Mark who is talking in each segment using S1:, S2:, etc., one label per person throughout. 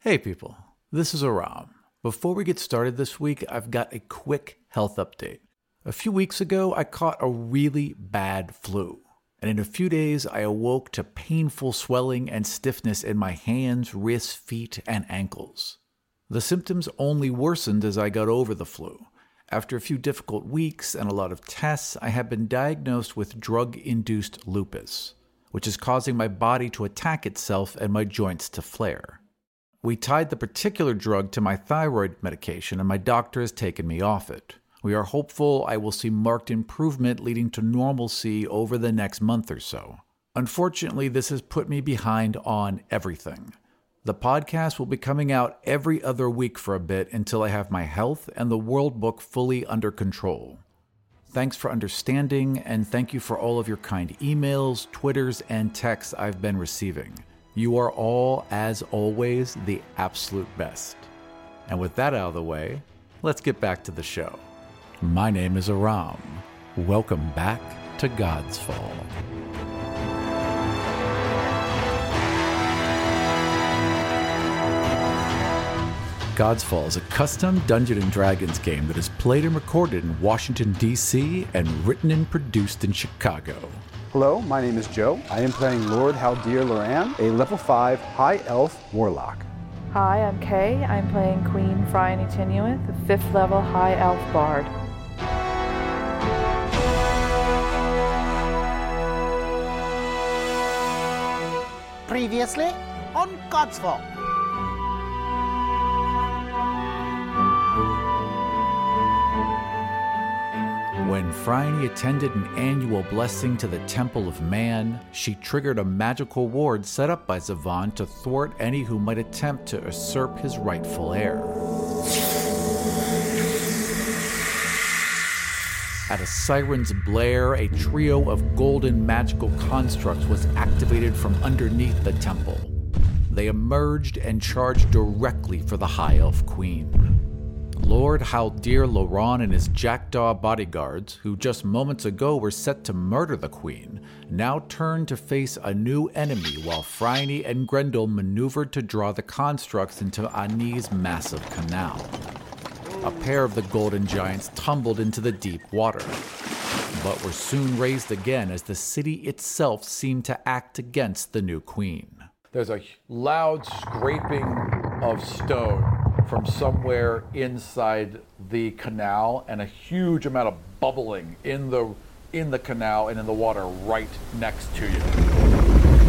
S1: Hey, people, this is Aram. Before we get started this week, I've got a quick health update. A few weeks ago, I caught a really bad flu, and in a few days, I awoke to painful swelling and stiffness in my hands, wrists, feet, and ankles. The symptoms only worsened as I got over the flu. After a few difficult weeks and a lot of tests, I have been diagnosed with drug induced lupus, which is causing my body to attack itself and my joints to flare. We tied the particular drug to my thyroid medication, and my doctor has taken me off it. We are hopeful I will see marked improvement leading to normalcy over the next month or so. Unfortunately, this has put me behind on everything. The podcast will be coming out every other week for a bit until I have my health and the World Book fully under control. Thanks for understanding, and thank you for all of your kind emails, Twitters, and texts I've been receiving. You are all, as always, the absolute best. And with that out of the way, let's get back to the show. My name is Aram. Welcome back to God's Fall. God's Fall is a custom Dungeon and Dragons game that is played and recorded in Washington, D.C., and written and produced in Chicago.
S2: Hello, my name is Joe. I am playing Lord Haldir Loran, a level 5 high elf warlock.
S3: Hi, I'm Kay. I'm playing Queen Fryony Tinuith, the fifth level high elf bard.
S4: Previously on Godsfall.
S1: When Phryne attended an annual blessing to the Temple of Man, she triggered a magical ward set up by Zavon to thwart any who might attempt to usurp his rightful heir. At a siren's blare, a trio of golden magical constructs was activated from underneath the temple. They emerged and charged directly for the High Elf Queen. Lord Haldir Loran and his jackdaw bodyguards, who just moments ago were set to murder the queen, now turned to face a new enemy while Phryne and Grendel maneuvered to draw the constructs into Ani's massive canal. A pair of the golden giants tumbled into the deep water, but were soon raised again as the city itself seemed to act against the new queen.
S5: There's a loud scraping of stone from somewhere inside the canal and a huge amount of bubbling in the in the canal and in the water right next to you.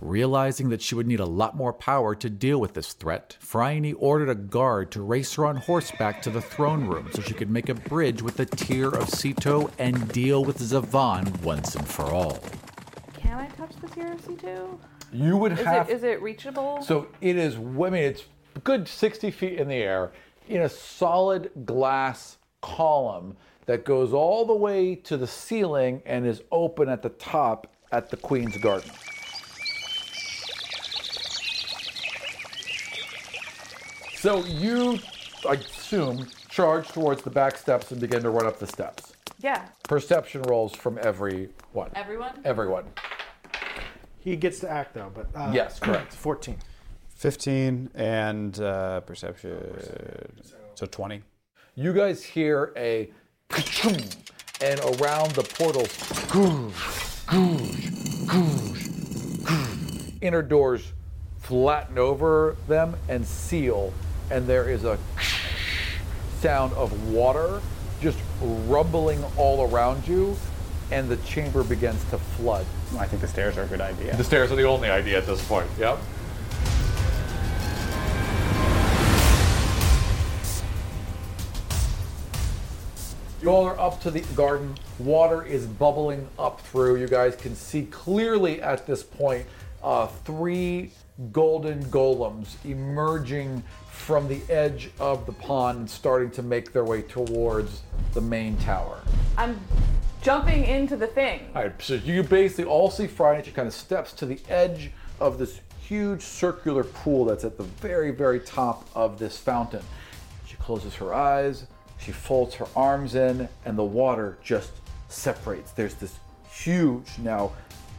S1: Realizing that she would need a lot more power to deal with this threat, Phryne ordered a guard to race her on horseback to the throne room so she could make a bridge with the tier of Sito and deal with Zavon once and for all.
S3: Can I touch the CRC too?
S5: You would
S3: Is
S5: have
S3: it is it reachable?
S5: So it is, I mean, it's a good 60 feet in the air in a solid glass column that goes all the way to the ceiling and is open at the top at the Queen's Garden. So you, I assume, charge towards the back steps and begin to run up the steps.
S3: yeah.
S5: Perception rolls from everyone.
S3: Everyone?
S5: Everyone.
S6: He gets to act though, but uh,
S5: Yes, correct.
S6: 14.
S7: 15 and uh, perception. So 20.
S5: You guys hear a and around the portals inner doors flatten over them and seal and there is a sound of water just rumbling all around you and the chamber begins to flood.
S7: I think the stairs are a good idea.
S5: The stairs are the only idea at this point. Yep. You all are up to the garden. Water is bubbling up through. You guys can see clearly at this point uh, three golden golems emerging from the edge of the pond, starting to make their way towards the main tower.
S3: I'm jumping into the thing.
S5: All right, so you basically all see Friday. She kind of steps to the edge of this huge circular pool that's at the very, very top of this fountain. She closes her eyes, she folds her arms in, and the water just separates. There's this huge, now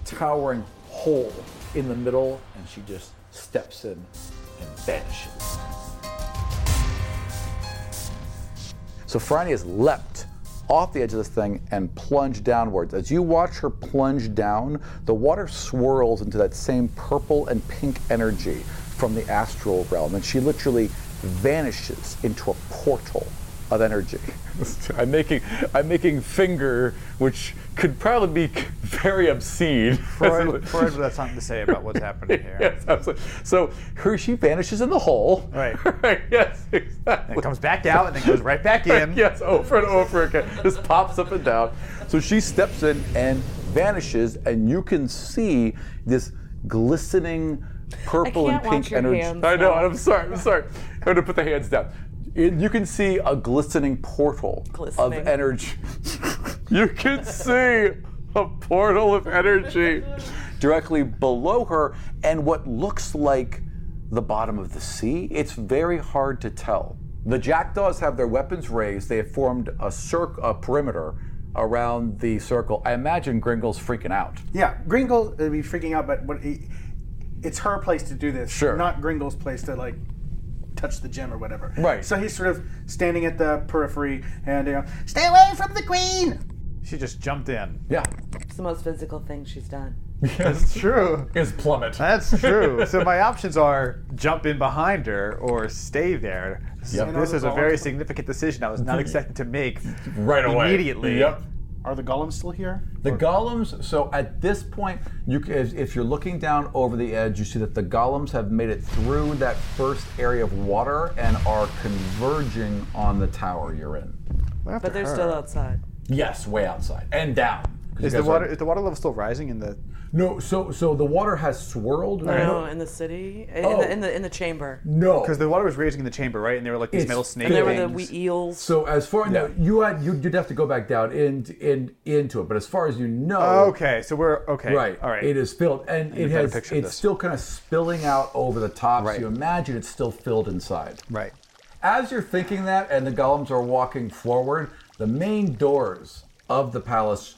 S1: towering hole in the middle, and she just steps in and vanishes. So Franny has leapt off the edge of this thing and plunged downwards. As you watch her plunge down, the water swirls into that same purple and pink energy from the astral realm, and she literally vanishes into a portal of energy.
S8: I'm making I'm making finger, which could probably be very obscene.
S7: Freud, Freud would have something to say about what's happening here.
S8: yes, absolutely. So her she vanishes in the hole.
S7: Right.
S8: Right, Yes. Exactly.
S7: It comes back out and then goes right back in.
S8: Yes, over and over again.
S1: just pops up and down. So she steps in and vanishes, and you can see this glistening purple
S9: I can't
S1: and pink
S9: watch your
S1: energy.
S9: hands
S1: I know.
S9: now.
S1: I'm sorry. I'm sorry. I'm going to put the hands down. It- you can see a glistening portal of
S9: Glistening.
S1: energy. you can see a portal of energy directly below her, and what looks like the bottom of the sea, it's very hard to tell. The jackdaws have their weapons raised. They have formed a, circ- a perimeter around the circle. I imagine Gringle's freaking out.
S6: Yeah, Gringle would be freaking out, but what he, it's her place to do this.
S1: Sure.
S6: Not Gringle's place to like touch the gem or whatever.
S1: Right.
S6: So he's sort of standing at the periphery and you know,
S4: Stay away from the queen!
S7: She just jumped in.
S1: Yeah.
S9: It's the most physical thing she's done.
S7: That's true.
S1: Is plummet.
S7: That's true. so my options are jump in behind her or stay there. This is-
S1: Yep.
S7: This is a very significant decision I was not expecting to make
S1: Right away.
S7: immediately.
S1: Yep.
S6: are the golems still here?
S1: The golems. So at this point, you c- if, if you're looking down over the edge, you see that the golems have made it through that first area of water and are converging on the tower you're in.
S9: But they're still outside.
S1: Yes, way outside and down. 'Cause you
S8: Is
S1: guys
S8: the
S1: are-
S8: water is the water level still rising in the
S1: No, so so the water has swirled.
S9: No, in the city, in,
S1: Oh.
S9: the, in the in the chamber.
S1: No.
S7: Because the water was raging in the chamber, right? And there were like these
S1: It's
S7: metal snake
S9: And there were
S7: things.
S9: the wee eels.
S1: so as far no, you had you, you'd have to go back down in, in into it, but as far as you know,
S7: Oh, okay, so we're okay.
S1: right,
S7: All right.
S1: it is filled and it
S7: a better
S1: has it's
S7: picture of this.
S1: still kind of spilling out over the top. So
S8: Right.
S1: you imagine it's still filled inside.
S8: right?
S1: As you're thinking that, and the golems are walking forward, the main doors of the palace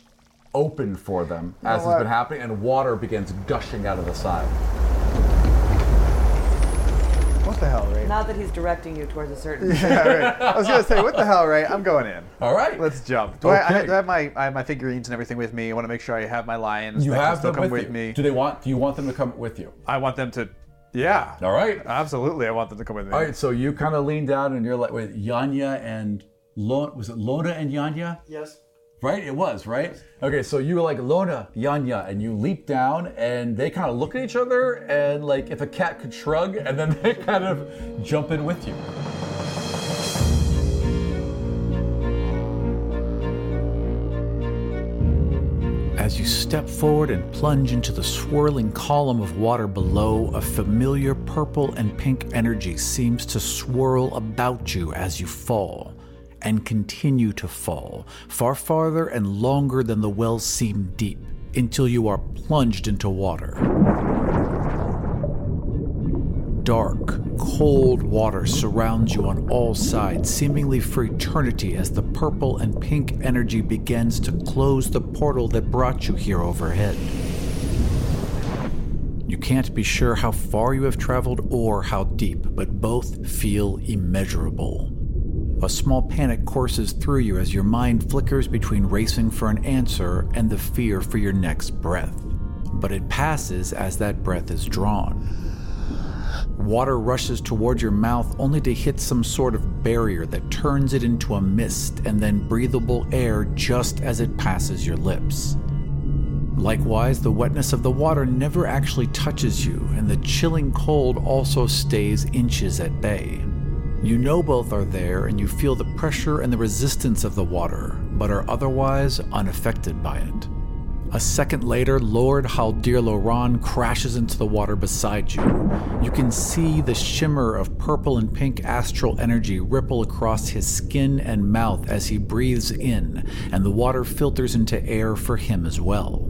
S1: open for them as has been happening, and water begins gushing out of the side.
S7: What the hell, right?
S9: Now that he's directing you towards a certain.
S7: I was gonna say, what the hell, right? I'm going in.
S1: All right.
S7: Let's jump. Do, I, I,
S1: Okay.
S7: do I have my I have my figurines and everything with me? I want to make sure I have my lions.
S1: You
S7: that can
S1: have
S7: still
S1: them
S7: come
S1: with,
S7: with,
S1: you.
S7: me.
S1: Do they want? Do you want them to come with you?
S7: I want them to. Yeah.
S1: All right.
S7: Uh, Absolutely, I want them to come with me.
S1: All right, so you kind of lean down and you're like with Yanya and Lona. Was it Lona and Yanya?
S6: Yes.
S1: Right, it was, right? Okay, so you were like Lona, Yanya, and you leap down and they kind of look at each other and like if a cat could shrug and then they kind of jump in with you.
S10: As you step forward and plunge into the swirling column of water below, a familiar purple and pink energy seems to swirl about you as you fall, and continue to fall, far farther and longer than the wells seem deep, until you are plunged into water. Dark, cold water surrounds you on all sides, seemingly for eternity, as the purple and pink energy begins to close the portal that brought you here overhead. You can't be sure how far you have traveled or how deep, but both feel immeasurable. A small panic courses through you as your mind flickers between racing for an answer and the fear for your next breath. But it passes as that breath is drawn. Water rushes toward your mouth only to hit some sort of barrier that turns it into a mist and then breathable air just as it passes your lips. Likewise, the wetness of the water never actually touches you, and the chilling cold also stays inches at bay. You know both are there, and you feel the pressure and the resistance of the water, but are otherwise unaffected by it. A second later, Lord Haldir Loran crashes into the water beside you. You can see the shimmer of purple and pink astral energy ripple across his skin and mouth as he breathes in, and the water filters into air for him as well.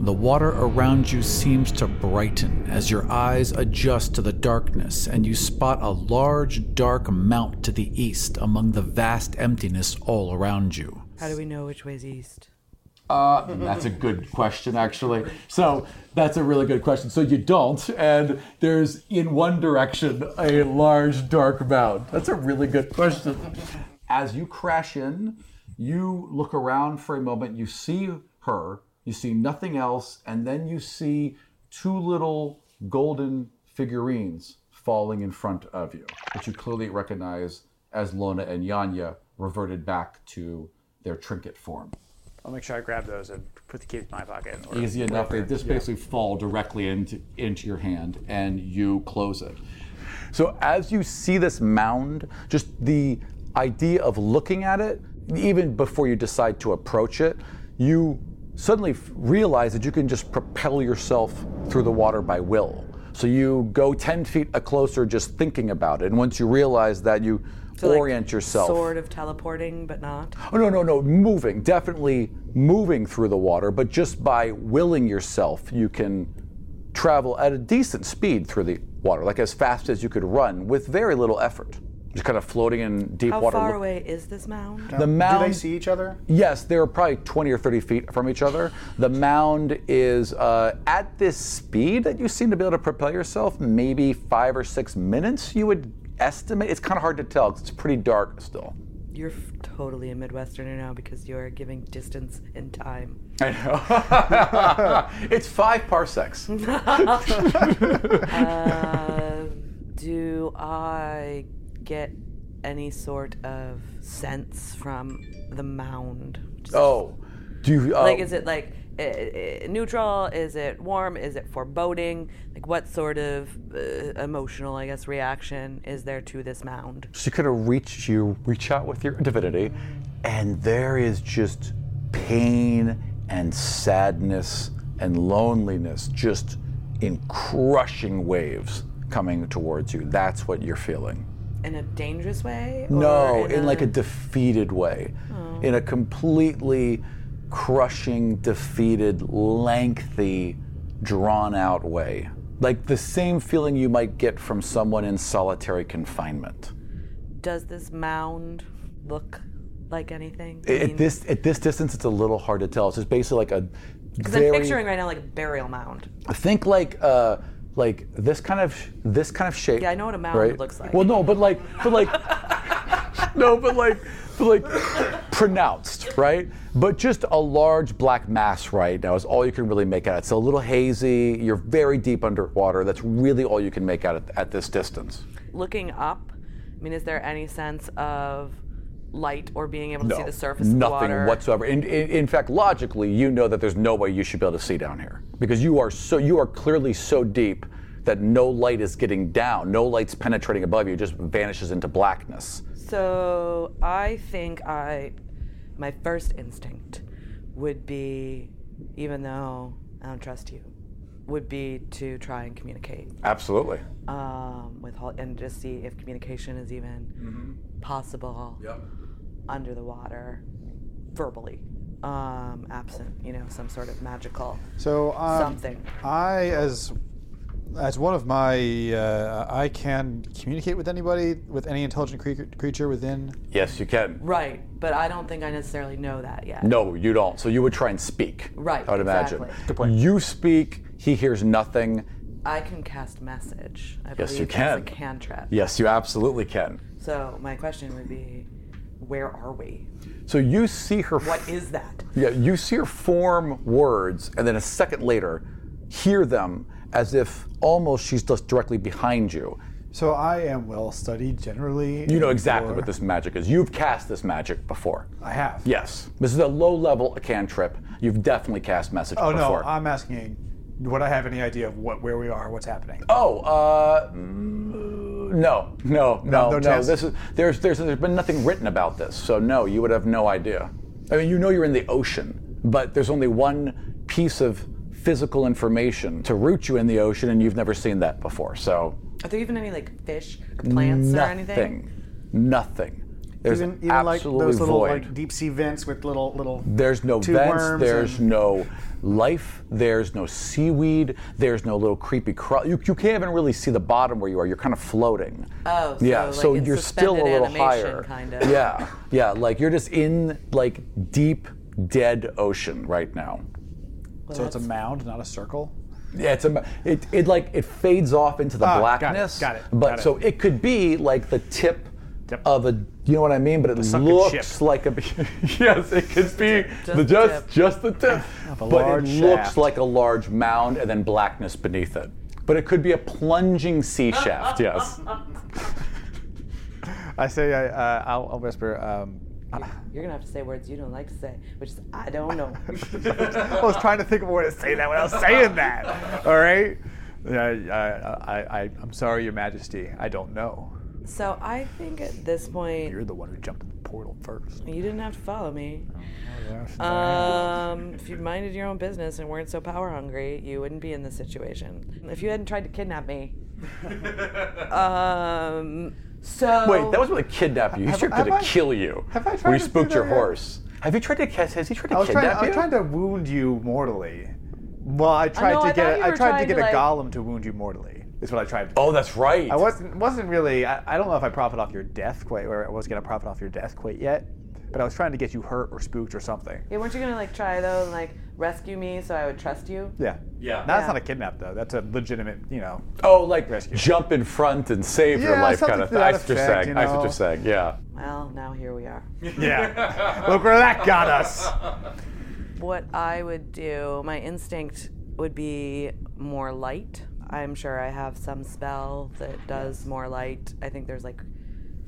S10: The water around you seems to brighten as your eyes adjust to the darkness, and you spot a large, dark mount to the east among the vast emptiness all around you.
S9: How do we know which way's east?
S10: Uh, that's a good question, actually. So that's a really good question. So you don't, and there's in one direction a large dark mound. That's a really good question. As you crash in, you look around for a moment. You see her. You see nothing else, and then you see two little golden figurines falling in front of you, which you clearly recognize as Lona and Yanya reverted back to their trinket form
S6: I'll make sure I grab those and put the keys in my pocket. or
S10: easy enough. They
S6: wherever.
S10: just basically fall directly into, into your hand and you close it. So as you see this mound, just the idea of looking at it, even before you decide to approach it, you suddenly f- realize that you can just propel yourself through the water by will. So you go 10 feet a closer just thinking about it. And once you realize that, you
S9: like,
S10: orient yourself.
S9: Sort of teleporting, but not.
S10: Oh, no, no, no. Moving, definitely moving through the water, but just by willing yourself, you can travel at a decent speed through the water, like as fast as you could run with very little effort. Just kind of floating in deep
S9: How
S10: water.
S9: far
S10: Look-
S9: away is this mound?
S6: Do
S10: The mound.
S6: they see each other?
S10: Yes, they're probably 20 or 30 feet from each other. The mound is uh, at this speed that you seem to be able to propel yourself, maybe five or six minutes, you would estimate. It's kind of hard to tell because it's pretty dark still.
S9: You're f- totally a Midwesterner now because you're giving distance and time.
S10: I know. it's five parsecs.
S9: Uh, do I get any sort of sense from the mound? Just-
S10: Oh, do you? Uh,
S9: Like, is it like uh, uh, neutral? Is it warm? Is it foreboding? Like, what sort of uh, emotional, I guess, reaction is there to this mound?
S10: She could have reached you, reach out with your divinity, and there is just pain and sadness and loneliness, just in crushing waves coming towards you. That's what you're feeling.
S9: In a dangerous way?
S10: No,
S9: or
S10: in like a defeated way,
S9: Oh.
S10: in a completely crushing, defeated, lengthy, drawn out way. Like the same feeling you might get from someone in solitary confinement.
S9: Does this mound look like anything?
S10: At- At this at this distance, it's a little hard to tell. It's just basically like a
S9: Because
S10: very
S9: I'm picturing right now like a burial mound.
S10: think like uh like this kind of this kind of shape.
S9: Yeah, I know what a mound
S10: right?
S9: looks like.
S10: Well, no, but like but like no, but like but like pronounced, right? But just a large black mass right now is all you can really make out. It's a little hazy. You're very deep underwater. That's really all you can make out at, at this distance.
S9: Looking up, I mean, is there any sense of light or being able to see the surface
S10: nothing
S9: of the water?
S10: whatsoever. In, in, in fact, logically, you know that there's no way you should be able to see down here because you are so you are clearly so deep that no light is getting down, no light's penetrating above you, it just vanishes into blackness.
S9: So I think I, my first instinct would be, even though I don't trust you, would be to try and communicate
S10: Absolutely.
S9: um, with Hol- and just see if communication is even possible under the water, verbally, um, absent, you know, some sort of magical
S7: So um,
S9: something.
S7: I as as one of my uh, I can communicate with anybody with any intelligent cre- creature within.
S10: Yes, you can.
S9: Right, but I don't think I necessarily know that yet.
S10: No, you don't. So you would try and speak.
S9: Right,
S10: I would imagine.
S9: exactly.
S10: Good point. You speak, he hears nothing.
S9: I can cast message. I
S10: Yes, you
S9: believe that's
S10: can.
S9: a cantrip.
S10: Yes, you absolutely can.
S9: So my question would be, where are we?
S10: So you see her
S9: What is that?
S10: Yeah, you see her form words, and then a second later, hear them as if almost she's just directly behind you.
S7: So I am well studied generally.
S10: You know exactly what this magic is. You've cast this magic before.
S7: I have.
S10: Yes, this is a low-level cantrip. You've definitely cast message
S7: Oh no,
S10: before.
S7: I'm asking. Would I have any idea of what where we are, what's happening?
S10: oh, uh, mm, no, no, no, no.
S7: chance?
S10: This is there's there's there's been nothing written about this, so no, you would have no idea. I mean, you know you're in the ocean, but there's only one piece of physical information to root you in the ocean, and you've never seen that before. So
S9: Are there even any like fish or plants or anything?
S10: nothing, nothing. There's
S6: Even, even like
S10: absolutely
S6: those little
S10: void.
S6: like deep sea vents with little little.
S10: There's no
S6: tube
S10: vents.
S6: worms
S10: There's
S6: and-
S10: no life. There's no seaweed. There's no little creepy crawl. You, you can't even really see the bottom where you are. You're kind of floating.
S9: Oh, so
S10: yeah.
S9: like
S10: so
S9: in
S10: you're still a
S9: suspended
S10: little
S9: animation,
S10: higher.
S9: kind of.
S10: Yeah, yeah. Like you're just in like deep,
S1: dead ocean right now.
S9: Well,
S7: So it's a
S9: that's-
S7: mound, not a circle.
S1: Yeah, it's a, it, it like it fades off into the
S7: Ah, got it,
S1: blackness.
S7: got it,
S1: But
S7: got it.
S1: so it could be like the tip
S7: Yep.
S1: of a you know what I mean, but it
S7: sunken
S1: looks
S7: ship.
S1: like a yes, it could be
S9: Just
S1: the
S9: the
S1: just
S9: tip.
S1: just the tip.
S7: a
S1: but
S7: large
S1: it looks
S7: shaft.
S1: like a large mound and then blackness beneath it. But it could be a plunging sea shaft. Yes.
S7: I say, I, uh, I'll, I'll whisper. Um,
S9: You're gonna have to say words you don't like to say, which is I don't know.
S7: I was trying to think of a way to say that without saying that. All right. Yeah, I, I, I, I, I'm sorry, Your Majesty. I don't know.
S9: so I think at this point
S7: You're the one who jumped in the portal first.
S9: you didn't have to follow me. Um, if you minded your own business and weren't so power hungry, you wouldn't be in this situation. If you hadn't tried to kidnap me. um, so
S1: Wait, that was really kidnap you. He's
S7: Have-
S1: trying to
S7: have I-
S1: kill you.
S7: have I
S1: Where
S7: tried
S1: you
S7: to do
S1: spooked
S7: that
S1: your
S7: yet?
S1: horse? Have you tried to catch? Has he tried to
S7: I was trying.
S1: kidnap
S7: I was
S1: you?
S7: trying to wound you mortally. Well, I tried
S9: know, I
S7: to
S9: thought
S7: get.
S9: you
S7: I
S9: were
S7: tried to
S9: trying
S7: get
S9: to,
S7: a
S9: like-
S7: golem to wound you mortally. Is what I tried. to do.
S1: oh, that's right.
S7: I wasn't wasn't really. I, I don't know if I profit off your death quite, or I was gonna profit off your death quite yet. But I was trying to get you hurt or spooked or something.
S9: yeah, weren't you gonna like try though and like rescue me so I would trust you?
S7: Yeah.
S1: Yeah.
S7: That's
S9: Yeah.
S7: not a kidnap though. That's a legitimate. You know.
S1: Oh, like
S7: Rescue.
S1: jump in front and save your
S7: Yeah,
S1: life
S7: something
S1: kind of
S7: to
S1: thing.
S7: that
S1: I see what you're
S7: effect,
S1: saying.
S7: you
S1: I see what
S7: know.
S1: you're saying. Yeah.
S9: Well, now here we are.
S7: Yeah. Look where that got us.
S9: What I would do, my instinct would be more light. I'm sure I have some spell that does more light. I think there's like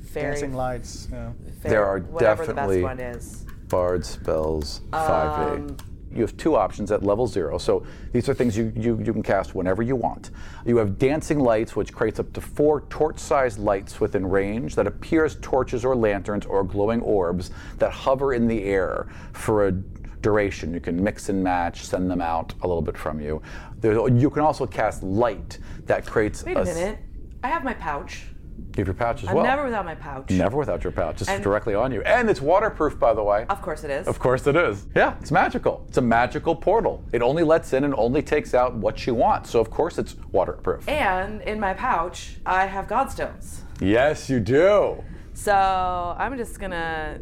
S9: fairy,
S7: lights. Yeah.
S9: fair-
S1: There are
S9: whatever
S1: definitely-
S9: the best one is.
S1: Bard spells 5e.
S7: Um,
S9: Um,
S1: you have two options at level zero. So these are things you, you, you can cast whenever you want. You have dancing lights, which creates up to four torch sized lights within range that appear as torches or lanterns or glowing orbs that hover in the air for a duration. You can mix and match, send them out a little bit from you. There, you can also cast light that creates
S9: Wait a
S1: s-
S9: minute. I have my pouch.
S1: You have your pouch as
S9: I'm
S1: well.
S9: never without my pouch.
S1: Never without your pouch. It's
S9: And-
S1: directly on you. And it's waterproof, by the way.
S9: Of course it is.
S1: Of course it is. Yeah, it's magical. It's a magical portal. It only lets in and only takes out what you want. So of course it's waterproof.
S9: And in my pouch, I have godstones.
S1: Yes, you do.
S9: So I'm just gonna,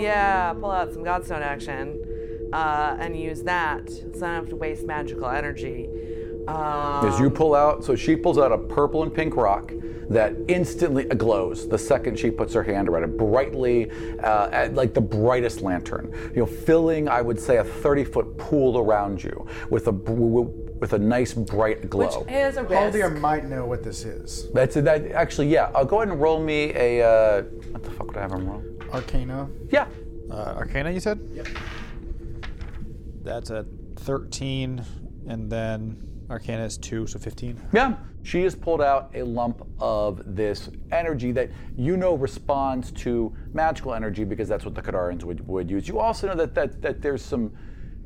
S9: yeah, pull out some Godstone action uh, and use that so I don't have to waste magical energy. Um,
S1: As you pull out, so she pulls out a purple and pink rock that instantly glows the second she puts her hand around it, brightly, uh, at like the brightest lantern. You know, filling I would say a 30-foot pool around you with a br- with a nice bright glow.
S9: which is a risk.
S6: Haldir might know what this is.
S1: That's it. That, actually, yeah. I'll go ahead and roll me a. Uh, what the fuck would I have him roll?
S6: Arcana.
S1: Yeah.
S7: Uh, Arcana, you said? Yep. That's a 13, and then Arcana is 2, so 15.
S1: Yeah. She has pulled out a lump of this energy that you know responds to magical energy because that's what the Kadarans would, would use. You also know that, that, that there's some.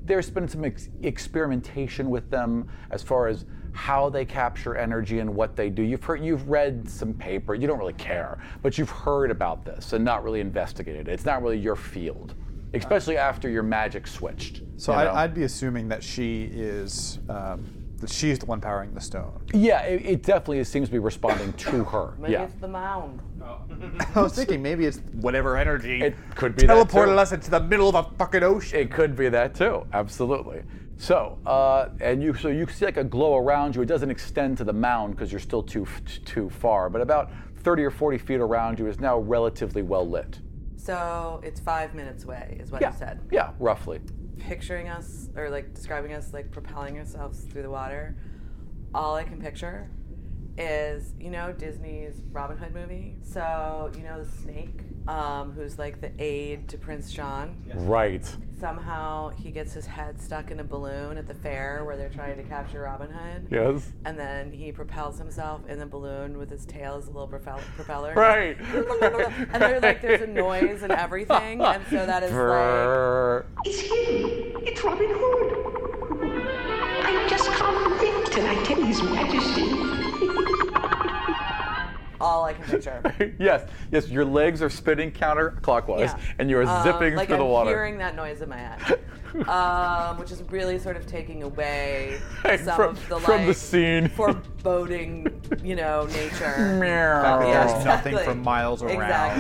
S1: There's been some ex- experimentation with them as far as how they capture energy and what they do. You've heard, you've read some paper. You don't really care, but you've heard about this and not really investigated. it. It's not really your field, especially after your magic switched.
S7: So
S1: you know?
S7: I, I'd be assuming that she is um, that she's the one powering the stone.
S1: Yeah, it, it definitely seems to be responding to her.
S9: Maybe
S1: yeah.
S9: it's the mound.
S7: I was thinking maybe it's whatever energy
S1: It could be that too.
S7: teleported us into the middle of a fucking ocean.
S1: It could be that too. Absolutely. So, uh, and you so you see like a glow around you. It doesn't extend to the mound because you're still too too far, but about 30 or 40 feet around you is now relatively well lit.
S9: So it's five minutes away, is what
S1: Yeah.
S9: you said.
S1: Yeah, roughly.
S9: Picturing us, or like describing us, like propelling ourselves through the water. All I can picture is, you know, Disney's Robin Hood movie. So you know the snake, um, who's like the aide to Prince John.
S1: Right.
S9: somehow he gets his head stuck in a balloon at the fair where they're trying to capture Robin Hood.
S1: Yes.
S9: And then he propels himself in the balloon with his tail as a little propel- propeller.
S1: Right.
S9: and they're like, there's a noise and everything. And so that is like,
S1: Brrr.
S11: It's him. It's Robin Hood. I just can't think till I tell His Majesty.
S9: all I can picture.
S1: yes. Yes. Your legs are spinning counterclockwise,
S9: Yeah.
S1: and you are
S9: Um,
S1: zipping
S9: like
S1: through the
S9: I'm
S1: water.
S9: hearing that noise in my head. um, which is really sort of taking away
S8: Right,
S9: some
S8: from-
S9: of the
S8: from the
S9: like,
S8: scene.
S9: foreboding, you know, nature.
S8: Meow.
S9: Yeah,
S7: There's nothing for miles around.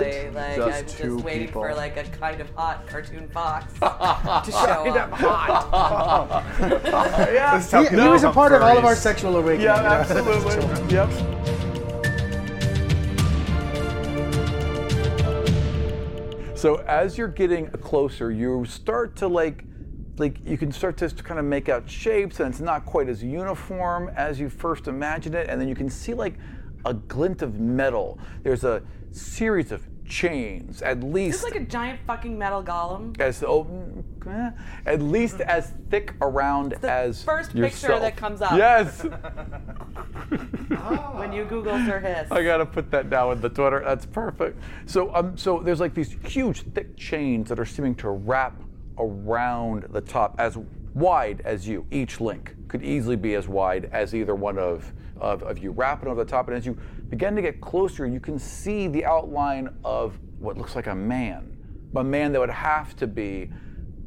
S9: Exactly. Like
S7: Just
S9: I'm
S7: two
S9: just waiting
S7: people.
S9: for like a kind of hot cartoon fox to show up.
S8: yeah.
S6: He, he was a part of all of our sexual awakening.
S8: Yeah, absolutely. yep.
S1: So as you're getting closer, you start to like, like you can start to kind of make out shapes, and it's not quite as uniform as you first imagined it. And then you can see like a glint of metal. There's a series of chains, at least
S9: It's like a giant fucking metal golem.
S1: as oh, mm, eh, at least as thick around as
S9: first picture
S1: yourself.
S9: that comes up.
S1: Yes,
S9: When you Google Sir Hiss.
S1: I gotta put that down with the Twitter. That's perfect. So um, so there's like these huge thick chains that are seeming to wrap around the top, as wide as you. Each link could easily be as wide as either one of of, of you wrapping over the top. And as you begin to get closer, you can see the outline of what looks like a man, a man that would have to be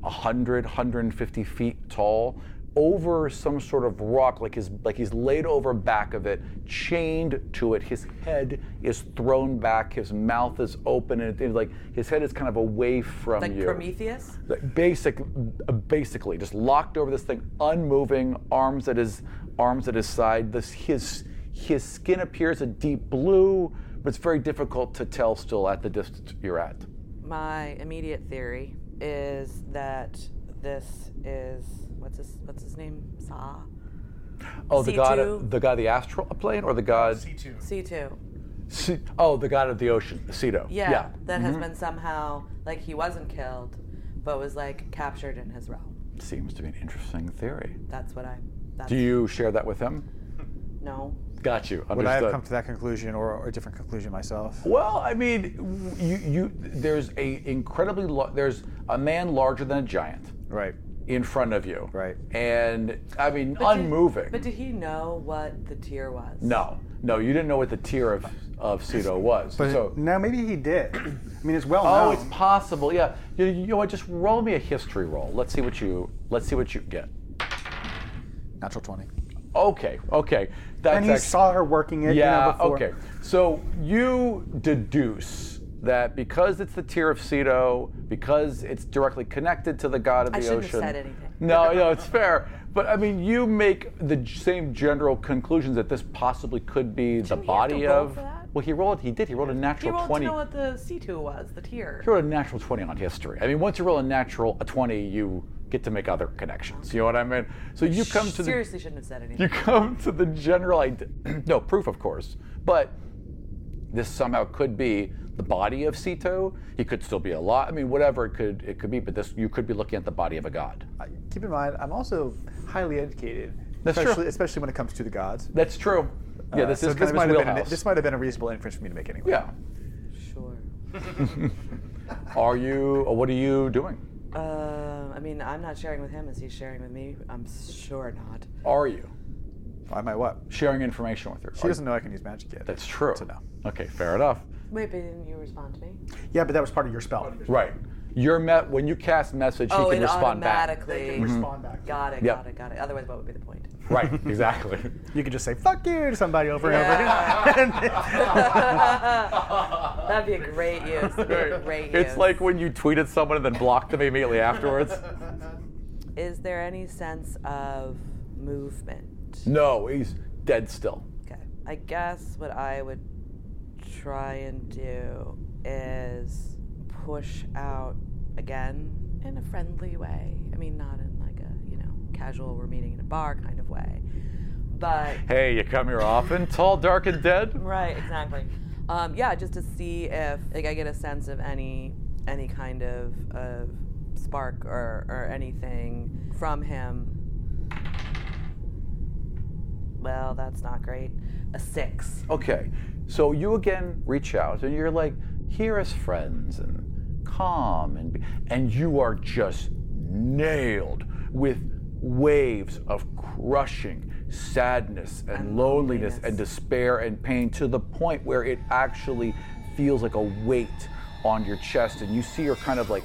S1: 100, 150 feet tall over some sort of rock, like his like he's laid over back of it, chained to it. His head is thrown back, his mouth is open, and it, it's like his head is kind of away from
S9: like
S1: you.
S9: Prometheus.
S1: Like, Basic, basically, just locked over this thing, unmoving, arms at his arms at his side. This his his skin appears a deep blue, but it's very difficult to tell still at the distance you're at.
S9: My immediate theory is that this is what's his what's his name? Sa
S1: Oh, the
S9: C2.
S1: god, the god of the astral plane, or the god
S9: C two.
S1: C- oh, the god of the ocean, Cedo.
S9: Yeah, that
S1: Mm-hmm.
S9: has been somehow like he wasn't killed, but was like captured in his realm.
S1: Seems to be an interesting theory.
S9: That's what I. That's,
S1: Do you share that with him?
S9: no?
S1: Got you. Understood.
S7: Would I have come to that conclusion or, or a different conclusion myself?
S1: Well, I mean, w- you, you there's a incredibly lar- there's a man larger than a giant
S7: Right.
S1: in front of you.
S7: Right.
S1: And I mean,
S9: But did-
S1: unmoving.
S9: but did he know what the tear was?
S1: no, no, you didn't know what the tier of of Cedo was. so
S6: No, maybe he did. I mean, it's well
S1: Oh,
S6: known.
S1: it's possible. Yeah. You, you know what? Just roll me a history roll. Let's see what you let's see what you get.
S7: Natural 20.
S1: Okay. Okay. That's
S6: and he
S1: actually-
S6: saw her working it. you know,
S1: Yeah.
S6: before.
S1: okay. So you deduce that because it's the tier of Cedo, because it's directly connected to the god of
S9: I
S1: the
S9: shouldn't have
S1: ocean.
S9: said anything.
S1: No, no, it's fair. But I mean, you make the g- same general conclusions that this possibly could be the
S9: Didn't he have to
S1: body
S9: roll
S1: of.
S9: for that?
S1: Well, he rolled. He did. He rolled a
S9: He
S1: natural
S9: rolled
S1: twenty.
S9: to know what the C two was, the tear.
S1: He rolled a natural twenty on history. I mean, once you roll a natural a twenty, you get to make other connections. You know what I mean? So you come to the
S9: Seriously, shouldn't have said anything.
S1: you come to the general idea, no proof, of course, but this somehow could be the body of Sito. He could still be alive. I mean, whatever it could it could be, but this you could be looking at the body of a god.
S7: Keep in mind, I'm also highly educated,
S1: That's true.
S7: especially, especially when it comes to the gods.
S1: That's true. Yeah, this
S7: Uh, so
S1: is kind of
S7: might
S1: his
S7: have been
S1: wheelhouse.
S7: this might have been a reasonable inference for me to make anyway.
S1: yeah.
S9: Sure.
S1: Are you? What are you doing?
S9: Uh, I mean, I'm not sharing with him as he's sharing with me. I'm sure not.
S1: Are you
S7: Why am I what?
S1: sharing information with her?
S7: She doesn't know I can use magic yet.
S1: That's true.
S7: To know.
S1: Okay, fair enough.
S9: Wait, but didn't you respond to me?
S6: Yeah, but that was part of your spell.
S1: Right. Your met when you cast message,
S9: oh,
S1: he
S9: it
S1: can respond back.
S9: automatically.
S6: Respond back.
S9: Got it.
S1: Yep.
S9: Got it. Got it. Otherwise, what would be the point?
S1: Right. Exactly.
S7: You can just say "fuck you" to somebody over and over.
S9: That'd be a great use. That'd be a great
S1: It's
S9: use.
S1: like when you tweeted someone and then blocked them immediately afterwards.
S9: Is there any sense of movement?
S1: No, he's dead still.
S9: Okay. I guess what I would try and do is push out again in a friendly way. I mean, not in like a, you know, casual, we're meeting in a bar kind of way. But,
S1: Hey, you come here often, tall, dark, and dead?
S9: right, exactly. Um, yeah, just to see if like I get a sense of any any kind of, of spark or, or anything from him. Well, that's not great. A six.
S1: Okay, so you again reach out and you're like, here as friends and calm, and, and you are just nailed with waves of crushing sadness and,
S9: And
S1: loneliness,
S9: loneliness.
S1: and despair and pain to the point where it actually feels like a weight on your chest, and you see her kind of like.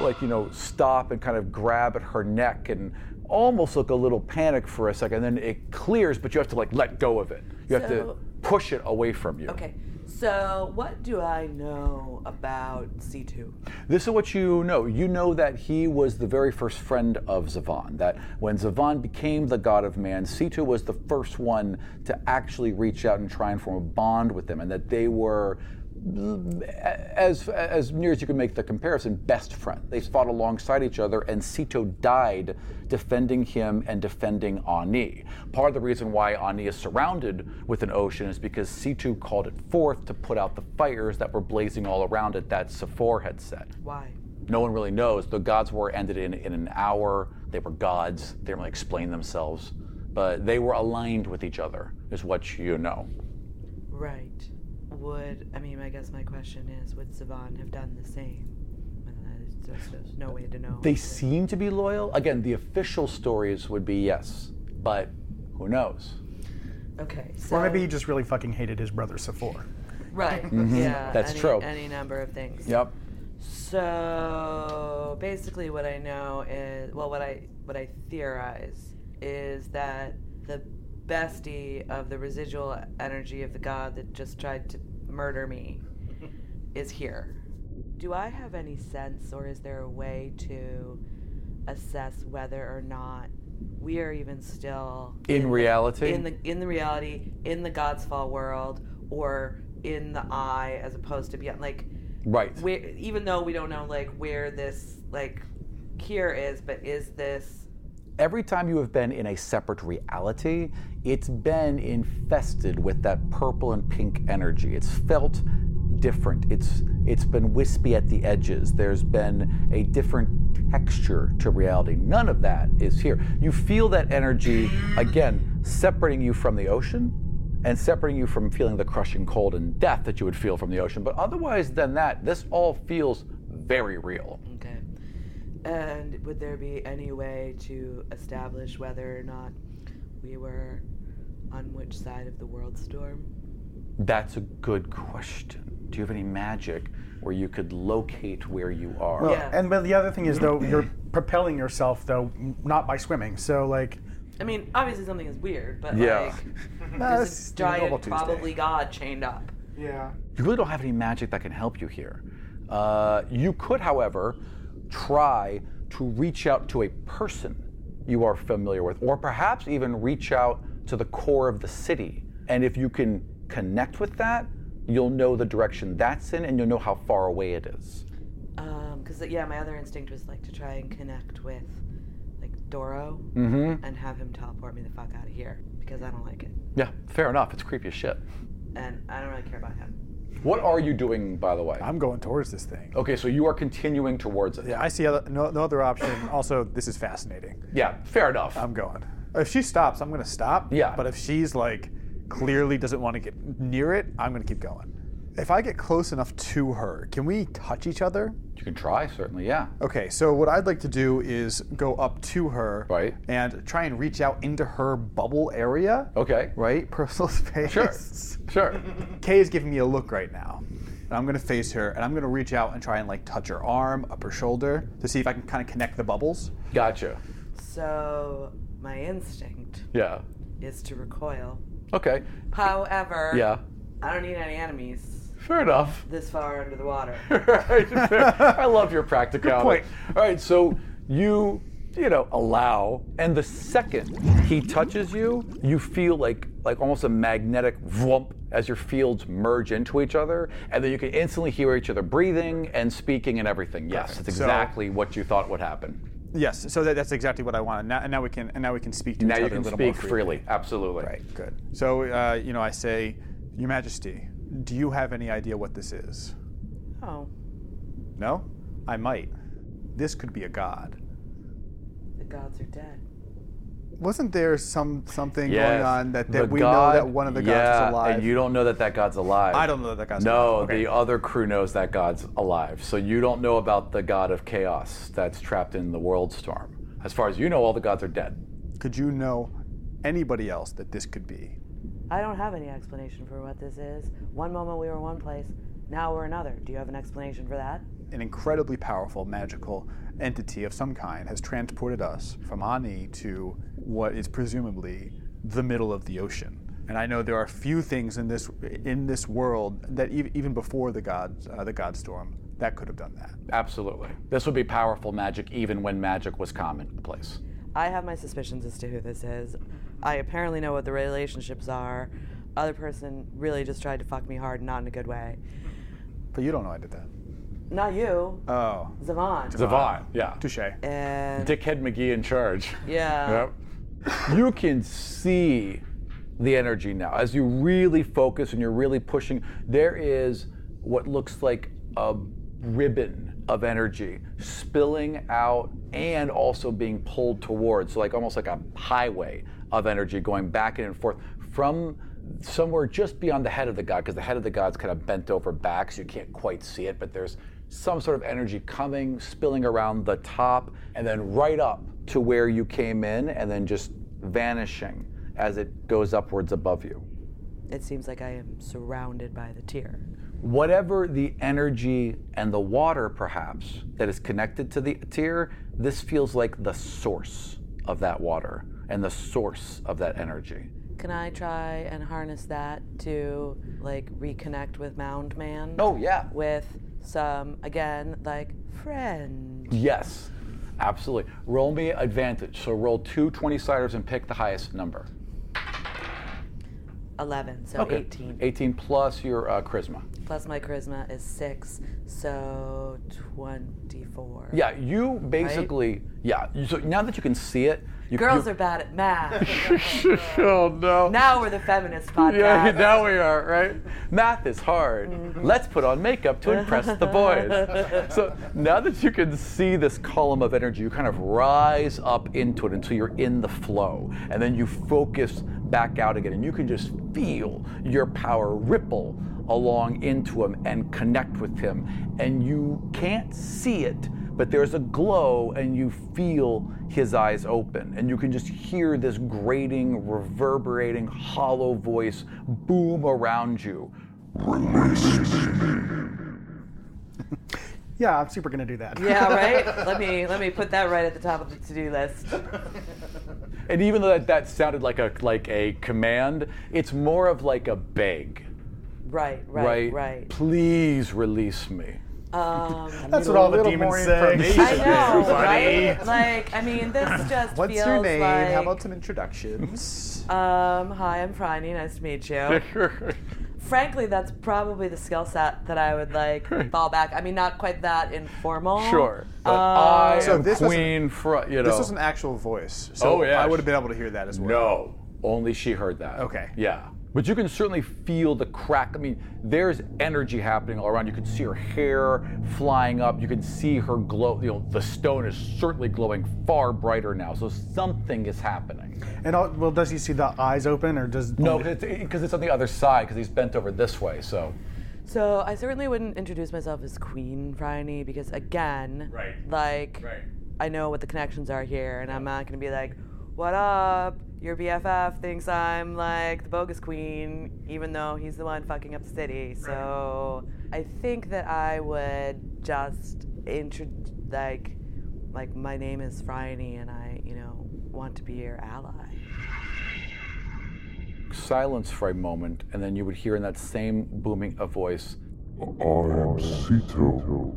S1: like you know stop and kind of grab at her neck and almost look a little panicked for a second. Then it clears, but you have to like let go of it. You have to
S9: So-
S1: push it away from you.
S9: Okay. So, what do I know about C2?
S1: This is what you know. You know that he was the very first friend of Zavon. That when Zavon became the God of Man, Sita was the first one to actually reach out and try and form a bond with them, and that they were. mm, a- As, as near as you can make the comparison, best friend. They fought alongside each other, and Sito died defending him and defending Ani. Part of the reason why Ani is surrounded with an ocean is because Situ called it forth to put out the fires that were blazing all around it that Sephor had set.
S9: Why?
S1: No one really knows. The Gods' War ended in, in an hour. They were gods. They didn't really explain themselves. But they were aligned with each other, is what you know.
S9: Right. Would, I mean, I guess my question is would Savan have done the same? And that is just- There's no way to know.
S1: They seem to be loyal. Again, the official stories would be yes, but who knows?
S9: Okay. So,
S6: Or maybe he just really fucking hated his brother Sephora.
S9: Right.
S1: Mhm,
S9: Yeah.
S1: that's
S9: any,
S1: true.
S9: Any number of things.
S1: Yep.
S9: So basically, what I know is well, what I what I theorize is that the bestie of the residual energy of the god that just tried to murder me is here. Do I have any sense, or is there a way to assess whether or not we are even still
S1: In reality?
S9: in the in the reality in the God's Fall world or in the eye as opposed to beyond like
S1: Right.
S9: where even though we don't know like where this like cure is but is this
S1: every time you have been in a separate reality, it's been infested with that purple and pink energy. It's felt different. It's it's been wispy at the edges. There's been a different texture to reality. None of that is here. You feel that energy again separating you from the ocean and separating you from feeling the crushing cold and death that you would feel from the ocean. But otherwise than that, this all feels very real.
S9: okay and would there be any way to establish whether or not we were on which side of the world storm
S1: That's a good question. Do you have any magic where you could locate where you are?
S6: Well,
S9: Yeah.
S6: And but the other thing is though, you're propelling yourself though, m- not by swimming. So like,
S9: i mean obviously something is weird but
S1: Yeah.
S9: like
S6: Nah,
S9: there's
S6: it's
S9: a
S6: the normal
S9: giant
S6: Tuesday.
S9: probably god chained up
S6: yeah.
S1: You really don't have any magic that can help you here. Uh, you could, however, try to reach out to a person you are familiar with, or perhaps even reach out to the core of the city. And if you can connect with that, you'll know the direction that's in and you'll know how far away it is.
S9: because Um, yeah my other instinct was like to try and connect with like doro and have him teleport me the fuck out of here because i don't like it
S1: Yeah, fair enough. It's creepy as shit.
S9: and i don't really care about him
S1: What are you doing, by the way?
S7: I'm going towards this thing.
S1: Okay, so you are continuing towards it.
S7: Yeah, I see other, no, no other option. Also, this is fascinating.
S1: Yeah, fair enough.
S7: I'm going. If she stops, I'm going to stop.
S1: Yeah.
S7: But if she's like clearly doesn't want to get near it, I'm going to keep going. If I get close enough to her, can we touch each other?
S1: you can try, certainly, yeah.
S7: Okay, so what I'd like to do is go up to her
S1: Right.
S7: and try and reach out into her bubble area.
S1: Okay.
S7: Right? Personal space.
S1: Sure. Sure.
S7: Kay is giving me a look right now. And I'm gonna face her and I'm gonna reach out and try and like touch her arm, up her shoulder, to see if I can kind of connect the bubbles.
S1: Gotcha.
S9: So my instinct
S1: Yeah.
S9: is to recoil.
S1: Okay.
S9: However,
S1: Yeah.
S9: I don't need any enemies
S1: Fair enough.
S9: this far under the water.
S1: Right, fair. I love your practicality.
S7: Good
S1: All right, so you, you know, allow, and the second he touches you, you feel like like almost a magnetic whomp as your fields merge into each other, and then you can instantly hear each other breathing and speaking and everything. Yes,
S7: Perfect.
S1: that's
S7: So-
S1: exactly what you thought would happen.
S7: Yes, so that, that's exactly what I wanted. Now, and now we can and now we can speak to
S1: Now
S7: each
S1: you
S7: other a
S1: can
S7: little more
S1: speak freely. Absolutely.
S7: Right, good. So uh, you know, I say, Your Majesty, do you have any idea what this is?
S9: Oh,
S7: No? I might. This could be a god.
S9: the gods are dead.
S7: Wasn't there some something
S1: Yes.
S7: going on that,
S1: The
S7: that we
S1: god-
S7: know that one of the gods
S1: yeah,
S7: is alive?
S1: And you don't know that that god's alive.
S7: I don't know that that god's
S1: no,
S7: alive. Okay.
S1: the other crew knows that god's alive. So you don't know about the god of chaos that's trapped in the world storm. As far as you know, all the gods are dead.
S7: Could you know anybody else that this could be?
S9: I don't have any explanation for what this is. One moment we were one place, now we're another. Do you have an explanation for that?
S7: an incredibly powerful magical entity of some kind has transported us from Ani to what is presumably the middle of the ocean. And I know there are few things in this in this world that ev- even before the god uh, the god storm that could have done that.
S1: Absolutely. This would be powerful magic even when magic was commonplace.
S9: I have my suspicions as to who this is. I apparently know what the relationships are. Other person really just tried to fuck me hard, not in a good way.
S7: But you don't know I did that.
S9: Not you,
S1: Uh,
S7: Oh,
S9: Zavon.
S1: Zavon, Uh, yeah.
S7: touche.
S9: And
S1: Dickhead McGee in charge.
S9: yeah,
S1: Yep. You can see the energy now as you really focus and you're really pushing. There is what looks like a ribbon of energy spilling out and also being pulled towards, so like almost like a highway of energy going back and forth from somewhere just beyond the head of the god, because the head of the god's kind of bent over back, so you can't quite see it, but there's some sort of energy coming, spilling around the top, and then right up to where you came in, and then just vanishing as it goes upwards above you.
S9: it seems like I am surrounded by the tear.
S1: Whatever the energy and the water, perhaps, that is connected to the tear, this feels like the source of that water and the source of that energy.
S9: Can I try and harness that to like reconnect with Mound Man?
S1: Oh, yeah.
S9: With some again, like friend.
S1: Yes, absolutely. Roll me advantage. So roll two 20 siders and pick the highest number.
S9: Eleven, so Oh, eighteen.
S1: 18 plus your uh, charisma.
S9: Plus my charisma is six, so twenty-four.
S1: Yeah, you basically, yeah. you- So now that you can see it, you,
S9: Girls
S1: you-
S9: are bad at math.
S1: Oh no.
S9: now we're the feminist podcast.
S1: Yeah, now we are, right? Math is hard. Let's put on makeup to impress the boys. so now that you can see this column of energy, you kind of rise up into it until you're in the flow. And then you focus back out again. And you can just feel your power ripple along into him and connect with him. And you can't see it. But there's a glow, and you feel his eyes open, and you can just hear this grating, reverberating, hollow voice boom around you.
S6: Yeah, I'm super gonna do that.
S9: Yeah, right. let me let me put that right at the top of the to-do list.
S1: And even though that, that sounded like a like a command, it's more of like a beg,
S9: Right, right,
S1: right?
S9: right. Um,
S1: Please release me.
S6: That's what all the
S7: little
S6: demons
S7: more
S6: say.
S9: I know, right? Like, I mean, this just
S7: What's
S9: feels
S7: your name?
S9: like.
S7: How about some introductions?
S9: Um, hi, I'm Franny. Nice to meet you. Frankly, that's probably the skill set that I would like fall back. I mean, not quite that informal. Um,
S1: Sure. But
S9: uh,
S1: I
S7: So
S1: am
S7: this was an-
S1: queen. Fr- you know.
S7: This was an actual voice, so
S1: Oh, yeah.
S7: I would have been able to hear that as well.
S1: No, only she heard that.
S7: Okay.
S1: Yeah. But you can certainly feel the crack. I mean, there's energy happening all around. You can see her hair flying up. You can see her glow. You know, the stone is certainly glowing far brighter now. So something is happening.
S6: And all, well, does he see the eyes open or does
S1: No, because it's, on the other side, because he's bent over this way. So
S9: So I certainly wouldn't introduce myself as Queen Franny because, again,
S8: Right.
S9: like, I know what the connections are here, and I'm not going to be like, what up? Your BFF thinks I'm like the bogus queen, even though he's the one fucking up the city. So I think that I would just intro, like, like my name is Franny, and I, you know, want to be your ally.
S1: silence for a moment, and then you would hear in that same booming a voice.
S12: I am Sito,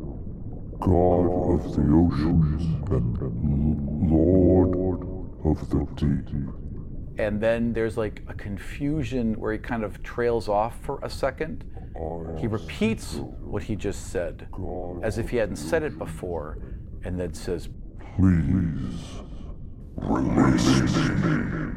S12: god of the oceans and l- lord of the deep.
S1: And then there's like a confusion where he kind of trails off for a second. He repeats what he just said as if he hadn't said it before and then says,
S12: Please release me.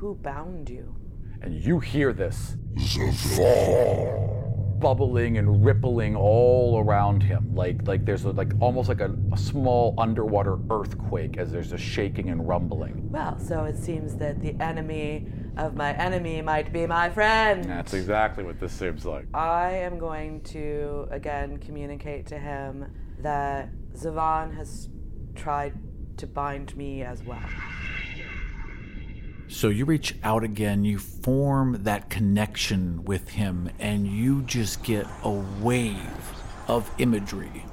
S9: Who bound you?
S1: and you hear this
S12: Zavon.
S1: bubbling and rippling all around him like like there's a, like almost like a, a small underwater earthquake as there's a shaking and rumbling
S9: Well, so it seems that the enemy of my enemy might be my friend.
S1: that's exactly what this seems like
S9: I am going to again communicate to him that Zavon has tried to bind me as well.
S10: So you reach out again, you form that connection with him, and you just get a wave of imagery.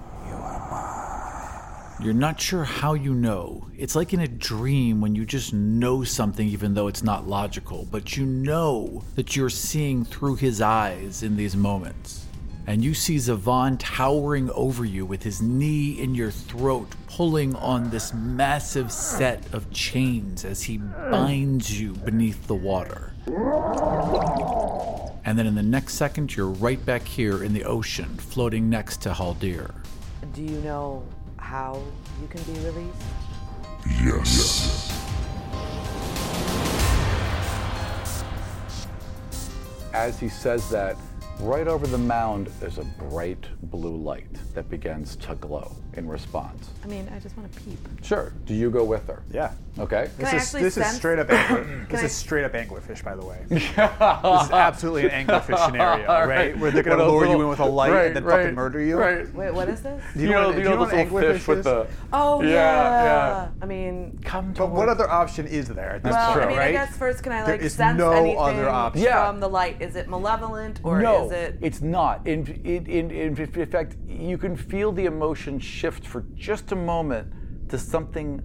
S10: You're not sure how you know. It's like in a dream when you just know something, even though it's not logical, but you know that you're seeing through his eyes in these moments. And you see Zavon towering over you with his knee in your throat, pulling on this massive set of chains as he binds you beneath the water. And then in the next second, you're right back here in the ocean, floating next to Haldir.
S9: Do you know how you can be released?
S12: Yes.
S1: As he says that, right over the mound, there's a bright blue light that begins to glow in response.
S9: I mean, I just want to peep.
S1: Sure. Do you go with her?
S7: Yeah.
S1: Okay.
S9: Can I actually
S7: this
S9: sense-
S7: is straight up angler, this
S9: I-
S7: is straight up anglerfish, by the way. this is absolutely an anglerfish scenario,
S1: All
S7: right?
S1: right.
S7: Where they're gonna
S1: One of those
S7: lure you
S1: little-
S7: in with a light
S1: right,
S7: and then
S1: right,
S7: fucking murder you.
S1: right.
S9: Wait, what is this?
S7: Do you know what- do you know what an anglerfish is?
S9: Oh yeah.
S7: Yeah, yeah.
S9: I mean,
S1: come
S7: But what other option is there? At this
S9: well,
S7: point,
S9: I mean,
S7: right?
S9: I guess first, can I
S7: There
S9: like
S7: is
S9: sense
S7: no
S9: anything
S7: other option.
S1: Yeah.
S9: from the light? Is it malevolent or
S1: no,
S9: is it?
S1: it's not. In, in, in, in, in fact, you can feel the emotion shift for just a moment to something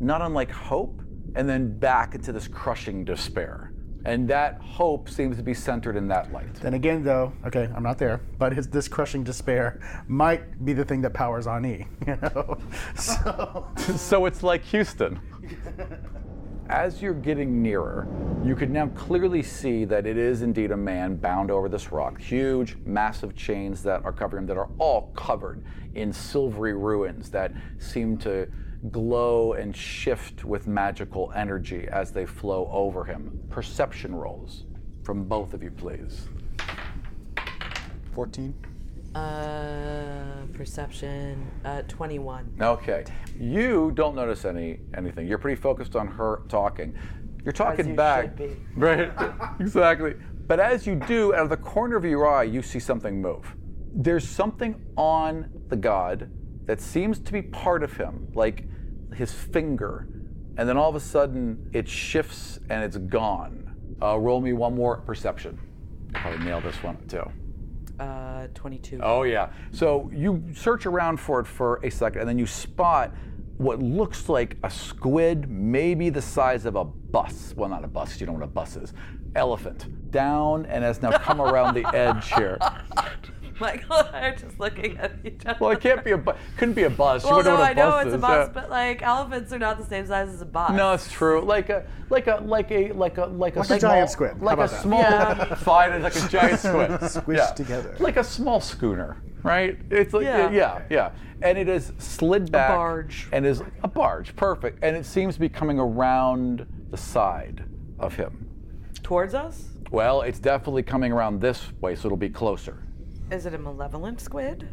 S1: not unlike hope, and then back into this crushing despair. And that hope seems to be centered in that light.
S6: Then again, though, okay, I'm not there, but his, this crushing despair might be the thing that powers Ani, you know? So,
S1: so it's like Houston. As you're getting nearer, you can now clearly see that it is indeed a man bound over this rock. Huge, massive chains that are covering him that are all covered in silvery ruins that seem to glow and shift with magical energy as they flow over him. Perception rolls from both of you, please.
S7: 14.
S9: Uh, perception. Uh, twenty-one.
S1: Okay. You don't notice any anything. You're pretty focused on her talking. You're talking
S9: you
S1: back.
S9: should be.
S1: Right. exactly. But as you do, out of the corner of your eye, you see something move. There's something on the god that seems to be part of him, like his finger. And then all of a sudden, it shifts and it's gone. Uh, roll me one more perception. Probably nail this one too.
S9: Uh, twenty-two.
S1: Oh yeah. So you search around for it for a second, and then you spot what looks like a squid, maybe the size of a bus. Well, not a bus. You know what a bus is. Elephant down and has now come around the edge here.
S9: Michael and I are just looking at each other.
S1: Well, it can't be a bu- couldn't be a bus.
S9: Well,
S1: you
S9: no,
S1: wouldn't know what a
S9: I know
S1: bus
S9: it's
S1: is.
S9: a bus,
S1: Yeah.
S9: but like elephants are not the same size as a bus.
S1: No, it's true. Like a like a like a like a like a,
S6: Like a
S1: small,
S6: giant squid. How
S1: Like a
S6: about that?
S1: small
S9: Yeah.
S1: fine, like a giant squid. Squished
S6: together.
S1: Like a small schooner, right? It's like
S9: Yeah.
S1: yeah, yeah. And it has slid back
S9: barge.
S1: and is a barge, perfect. And it seems to be coming around the side of him.
S9: Towards us?
S1: Well, it's definitely coming around this way, so it'll be closer.
S9: Is it a malevolent squid?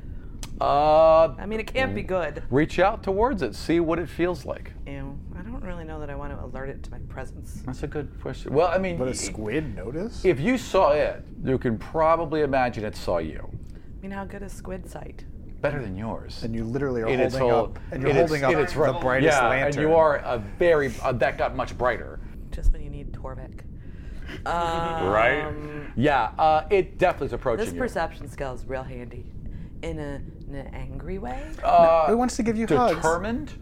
S1: Uh
S9: I mean, it can't be good.
S1: reach out towards it, see what it feels like.
S9: Ew. I don't really know that I want to alert it to my presence.
S1: That's a good question. Well, I mean,
S7: Would a squid notice?
S1: if you saw it, you can probably imagine it saw you.
S9: I mean, how good is squid sight?
S1: Better than yours.
S7: And you literally are
S1: In its
S7: holding
S1: whole-
S7: up, and you're
S1: in its-
S7: holding up
S1: in its
S7: the
S1: whole-
S7: brightest
S1: yeah,
S7: lantern.
S1: and you are a very uh, that got much brighter.
S9: Just when you need Torvik. Uh,
S1: Right. yeah, uh, it definitely is approaching
S9: This
S1: you.
S9: perception skill is real handy. In a, in an angry way?
S1: Oh.
S6: who wants to give you hugs?
S1: uh, Determined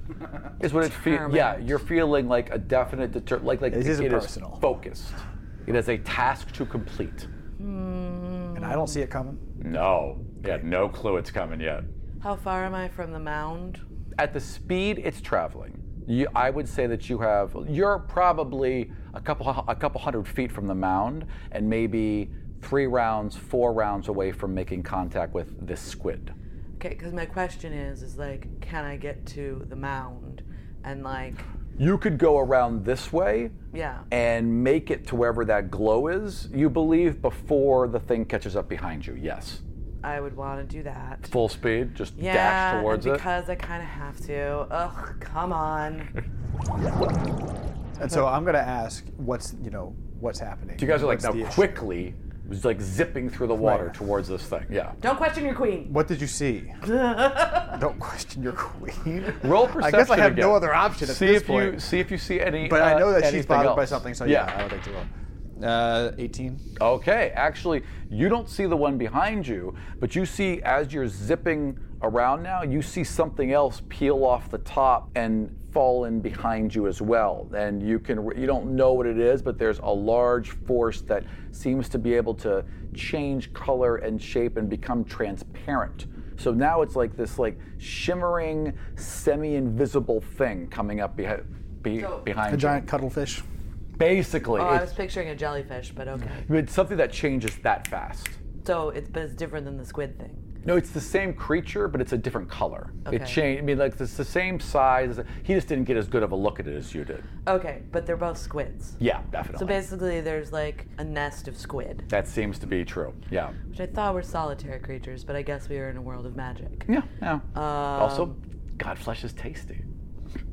S1: is what it feels. Yeah,
S9: Determined.
S1: you're feeling like a definite deter- like like
S7: This isn't
S1: it is
S7: personal.
S1: focused. It is a task to complete.
S7: and I don't see it coming.
S1: No, yeah, no clue it's coming yet.
S9: How far am I from the mound?
S1: at the speed it's traveling, you, I would say that you have you're probably a couple hu- a couple hundred feet from the mound, and maybe three rounds, four rounds away from making contact with this squid.
S9: Okay, because my question is, is like, can I get to the mound? And like,
S1: You could go around this way
S9: yeah.
S1: and make it to wherever that glow is. You believe before the thing catches up behind you. Yes,
S9: I would want to do that.
S1: full speed, just
S9: yeah,
S1: dash
S9: and
S1: towards it.
S9: because I kind of have to. Ugh, come on.
S7: And so I'm gonna ask, what's you know, what's happening?
S1: you guys are like
S7: What's
S1: now
S7: the issue?
S1: quickly, just like zipping through the water towards this thing. Yeah.
S9: Don't question your queen.
S7: What did you see? don't question your queen.
S1: Roll perception.
S7: I guess I have
S1: again.
S7: no other option at
S1: see
S7: this
S1: if
S7: point.
S1: you see if you see any.
S7: But
S1: uh,
S7: I know that she's
S1: anything
S7: bothered by
S1: else.
S7: something, so yeah, I would like to roll. Uh, 18.
S1: Okay, actually, you don't see the one behind you, but you see as you're zipping around now, you see something else peel off the top and fall in behind you as well. And you can you don't know what it is, but there's a large force that seems to be able to change color and shape and become transparent. So now it's like this like shimmering, semi-invisible thing coming up behind be,
S9: So-
S1: behind
S6: A
S1: you.
S6: giant cuttlefish.
S1: Basically,
S9: Oh, I
S1: it's,
S9: was picturing a jellyfish, but okay.
S1: it's something that changes that fast.
S9: So it's but it's different than the squid thing.
S1: No, it's the same creature, but it's a different color.
S9: Okay.
S1: It changed. I mean, like it's the same size. He just didn't get as good of a look at it as you did.
S9: Okay, but they're both squids.
S1: Yeah, definitely.
S9: So basically, there's like a nest of squid,
S1: that seems to be true. Yeah.
S9: which I thought were solitary creatures, but I guess we are in a world of magic.
S1: Yeah, yeah.
S9: Um,
S1: also, God flesh is tasty.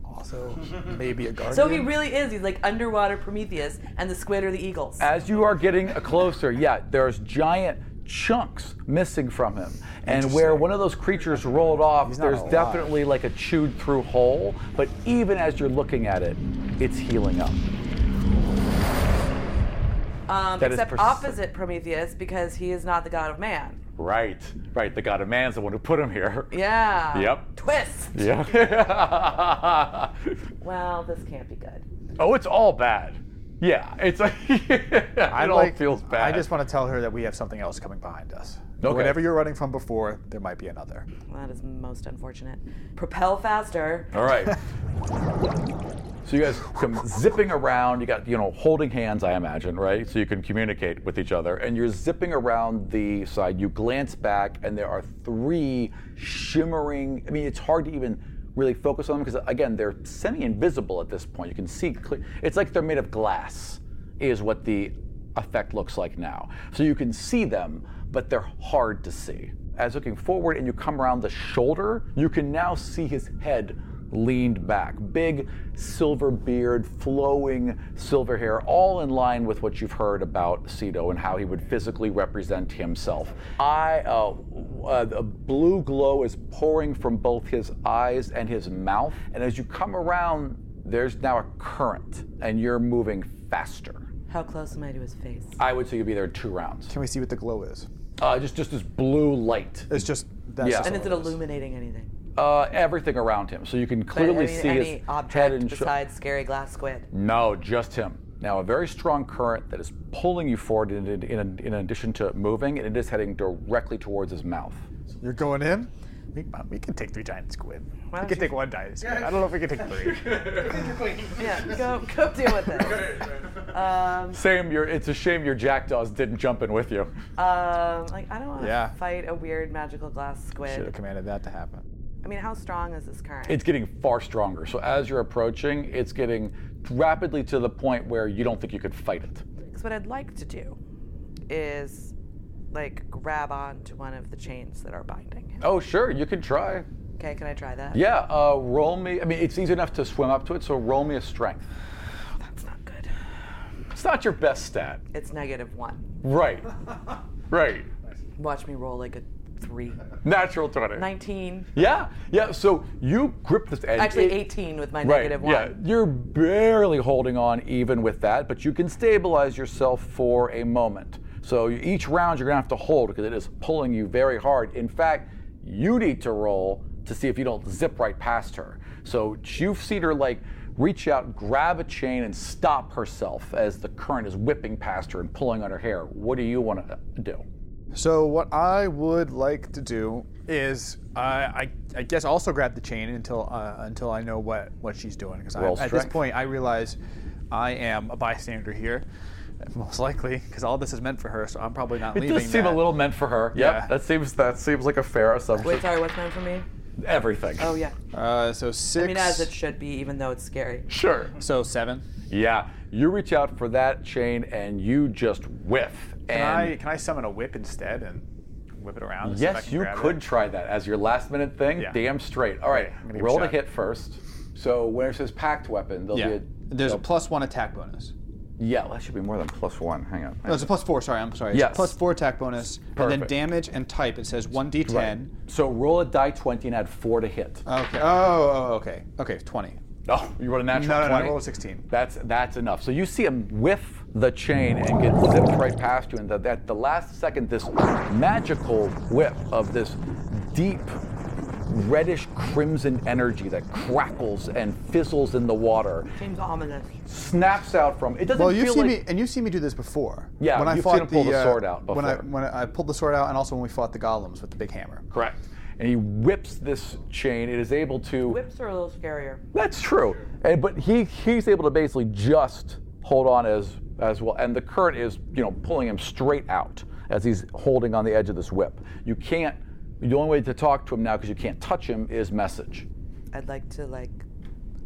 S7: Also, maybe a guardian.
S9: So he really is. He's like underwater Prometheus, and the squid are the eagles.
S1: As you are getting closer, yeah, there's giant chunks missing from him. And where one of those creatures rolled off, there's
S7: alive.
S1: definitely like a chewed through hole. But even as you're looking at it, it's healing up.
S9: Um,
S1: That is
S9: except
S1: pers-
S9: opposite Prometheus, because he is not the god of man.
S1: Right, right. The God of Man's the one who put him here.
S9: Yeah.
S1: Yep.
S9: Twist.
S1: Yeah.
S9: Well, this can't be good.
S1: oh, it's all bad. Yeah, it's like it
S7: I
S1: all
S7: like-
S1: feels bad.
S7: I just want to tell her that we have something else coming behind us.
S1: Okay.
S7: Whatever you're running from before, there might be another.
S9: That is most unfortunate. Propel faster.
S1: All right. So you guys come zipping around. You got you know holding hands, I imagine, right? So you can communicate with each other. And you're zipping around the side. You glance back, and there are three shimmering. I mean, it's hard to even really focus on them because again, they're semi-invisible at this point. You can see clear. It's like they're made of glass. Is what the effect looks like now. So you can see them, but they're hard to see. As looking forward and you come around the shoulder, you can now see his head leaned back. Big silver beard, flowing silver hair, all in line with what you've heard about Cedo and how he would physically represent himself. I, uh, uh, a blue glow is pouring from both his eyes and his mouth. And as you come around, there's now a current and you're moving faster.
S9: How close am I to his face?
S1: I would say you'll be there in two rounds.
S7: Can we see what the glow is?
S1: Uh, just just this blue light.
S7: It's just that's
S1: Yeah.
S7: just
S9: and
S7: all
S9: is it
S7: it is.
S9: illuminating anything?
S1: Uh, everything around him, so you can
S9: But, I
S1: clearly
S9: mean,
S1: see
S9: any
S1: his
S9: object
S1: head and shou-
S9: besides scary glass squid.
S1: No, just him. Now a very strong current that is pulling you forward. In, in, in, in addition to moving, and it is heading directly towards his mouth.
S7: You're going in. We, we can take three giant squid. we
S9: Why don't
S7: can
S9: you-
S7: take one giant squid. I don't know if we can take three.
S9: Yeah, go go deal with this. Um,
S1: Sam, you're, it's a shame your jackdaws didn't jump in with you.
S9: um, like I don't want to
S7: Yeah.
S9: fight a weird magical glass squid.
S7: Should have commanded that to happen.
S9: I mean, how strong is this current?
S1: It's getting far stronger. So as you're approaching, it's getting rapidly to the point where you don't think you could fight it.
S9: Because what I'd like to do is like grab onto one of the chains that are binding him.
S1: Oh, sure, you can try.
S9: Okay, can I try that?
S1: Yeah, uh, roll me. I mean, it's easy enough to swim up to it, so roll me a strength.
S9: That's not good.
S1: It's not your best stat.
S9: It's negative one.
S1: Right. right.
S9: Watch me roll like a three.
S1: Natural 20.
S9: 19.
S1: Yeah, yeah. So you grip this edge.
S9: Actually, 18 with my
S1: Right,
S9: negative
S1: yeah.
S9: one.
S1: You're barely holding on even with that, but you can stabilize yourself for a moment. So you- each round you're going to have to hold because it is pulling you very hard. In fact, you need to roll to see if you don't zip right past her. So you've seen her like reach out, grab a chain, and stop herself as the current is whipping past her and pulling on her hair. What do you want to do?
S7: So what I would like to do is I I, I guess also grab the chain until uh, until I know what what she's doing because
S1: Roll
S7: at this
S1: strength.
S7: point I realize I am a bystander here. Most likely, because all this is meant for her, so I'm probably not
S1: It
S7: leaving.
S1: does seem
S7: that.
S1: a little meant for her.
S7: Yeah.
S1: Yep, that seems that seems like a fair assumption.
S9: Wait, sorry, what's meant for me?
S1: Everything.
S9: Oh, yeah.
S7: Uh, so six.
S9: I mean, as it should be, even though it's scary.
S1: Sure.
S7: so seven.
S1: Yeah, you reach out for that chain and you just whiff.
S7: Can
S1: and
S7: I can I summon a whip instead and whip it around? and see if I
S1: yes,
S7: can
S1: you
S7: grab
S1: could
S7: it?
S1: try that as your last minute thing.
S7: Yeah.
S1: Damn straight. All right,
S7: Okay, I'm gonna give it a
S1: roll to
S7: shot.
S1: hit first. So when it says packed weapon, there'll
S7: Yeah.
S1: be a
S7: There's a plus one attack bonus.
S1: yeah. That should be more than plus one. Hang on.
S7: No, it's a plus four. Sorry, I'm sorry. It's a
S1: Yes.
S7: plus four attack bonus, and then
S1: Perfect.
S7: damage and type. It says one d10.
S1: So roll a die twenty and add four to hit.
S7: Okay. Oh, oh, okay. Okay, 20.
S1: Oh, you rolled a natural
S7: No, no, no, I
S1: 20?
S7: rolled a 16.
S1: That's that's enough. So you see him whiff the chain and get zipped right past you, and that at the last second, this magical whip of this deep reddish crimson energy that crackles and fizzles in the water
S9: Seems ominous.
S1: snaps out from it doesn't
S7: well, you've
S1: feel
S7: seen
S1: like
S7: me, and you've seen me do this before.
S1: Yeah,
S7: when I
S1: you've
S7: fought
S1: seen him pull the
S7: uh,
S1: sword out
S7: When I
S1: before.
S7: when I pulled the sword out, and also when we fought the golems with the big hammer.
S1: correct and he whips this chain it is able to
S9: Whips are a little scarier.
S1: That's true. And, but he he's able to basically just hold on as as well, and the current is you know pulling him straight out as he's holding on the edge of this whip. You can't. The only way to talk to him now because you can't touch him is message.
S9: I'd like to like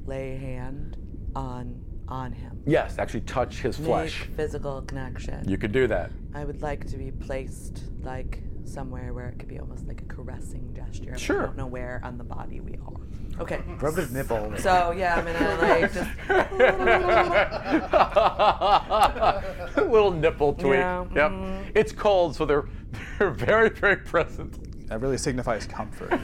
S9: lay a hand on on him.
S1: Yes, actually touch his
S9: Make
S1: flesh.
S9: physical connection.
S1: You could do that.
S9: I would like to be placed like somewhere where it could be almost like a caressing gesture. but
S1: Sure.
S9: I don't know where on the body we are. Okay.
S13: Rub his nipple.
S9: So yeah, I'm gonna like just
S1: Little nipple tweak.
S9: Yeah,
S1: Yep. It's cold, so they're they're very very present.
S7: That really signifies comfort.
S9: um,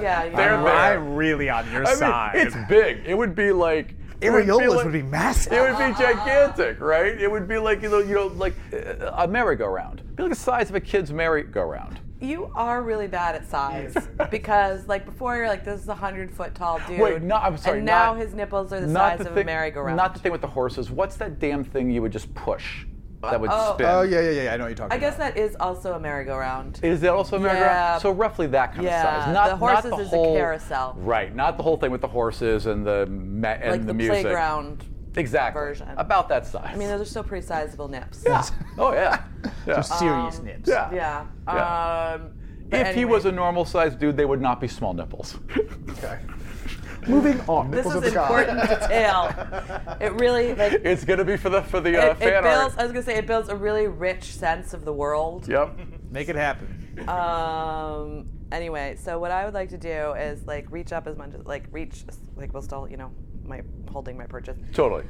S9: yeah. You
S1: They're
S9: know,
S1: there.
S7: I'm really on your
S1: I mean, it's big. It would be like it would be
S13: Areolas
S1: like-
S13: would be massive.
S1: It would be gigantic, right? It would be like you know, you know, like uh, a merry-go-round. Be like the size of a kid's merry-go-round.
S9: You are really bad at size because like before you're like this is a hundred foot tall dude.
S1: Wait, no, I'm sorry.
S9: And now
S1: not-
S9: his nipples are the
S1: not
S9: size
S1: the
S9: of
S1: thing-
S9: a merry-go-round.
S1: Not the thing with the horses. What's that damn thing you would just push that would
S9: Oh.
S1: spin?
S7: Oh yeah, yeah, yeah. I know what you're talking.
S9: I guess that is also a merry-go-round.
S1: Is that also a merry-go-round?
S9: Yeah.
S1: So roughly that kind
S9: Yeah,
S1: of size. Not
S9: the horses
S1: not the
S9: is a
S1: whole,
S9: carousel.
S1: Right. Not the whole thing with the horses and the ma- and
S9: like
S1: the,
S9: the,
S1: music.
S9: playground.
S1: Exactly.
S9: version.
S1: About that size.
S9: I mean, those are still pretty sizable nips.
S1: yeah. oh yeah. Yeah.
S13: serious
S9: um,
S13: nips.
S1: yeah.
S9: Yeah.
S1: Yeah.
S9: Um,
S1: If
S9: but
S1: he
S9: anyway,
S1: was a normal sized dude, they would not be small nipples.
S13: Moving on.
S9: this
S13: Oh, Nipples
S9: is
S13: of the god.
S9: important detail. It really like it,
S1: it's gonna be for the for the uh,
S9: it
S1: fan
S9: builds. I
S1: art.
S9: was gonna say it builds a really rich sense of the world.
S1: Yep.
S13: Make it happen.
S9: Um. Anyway, so what I would like to do is like reach up as much as like reach like we'll still you know my holding my purchase.
S1: Totally.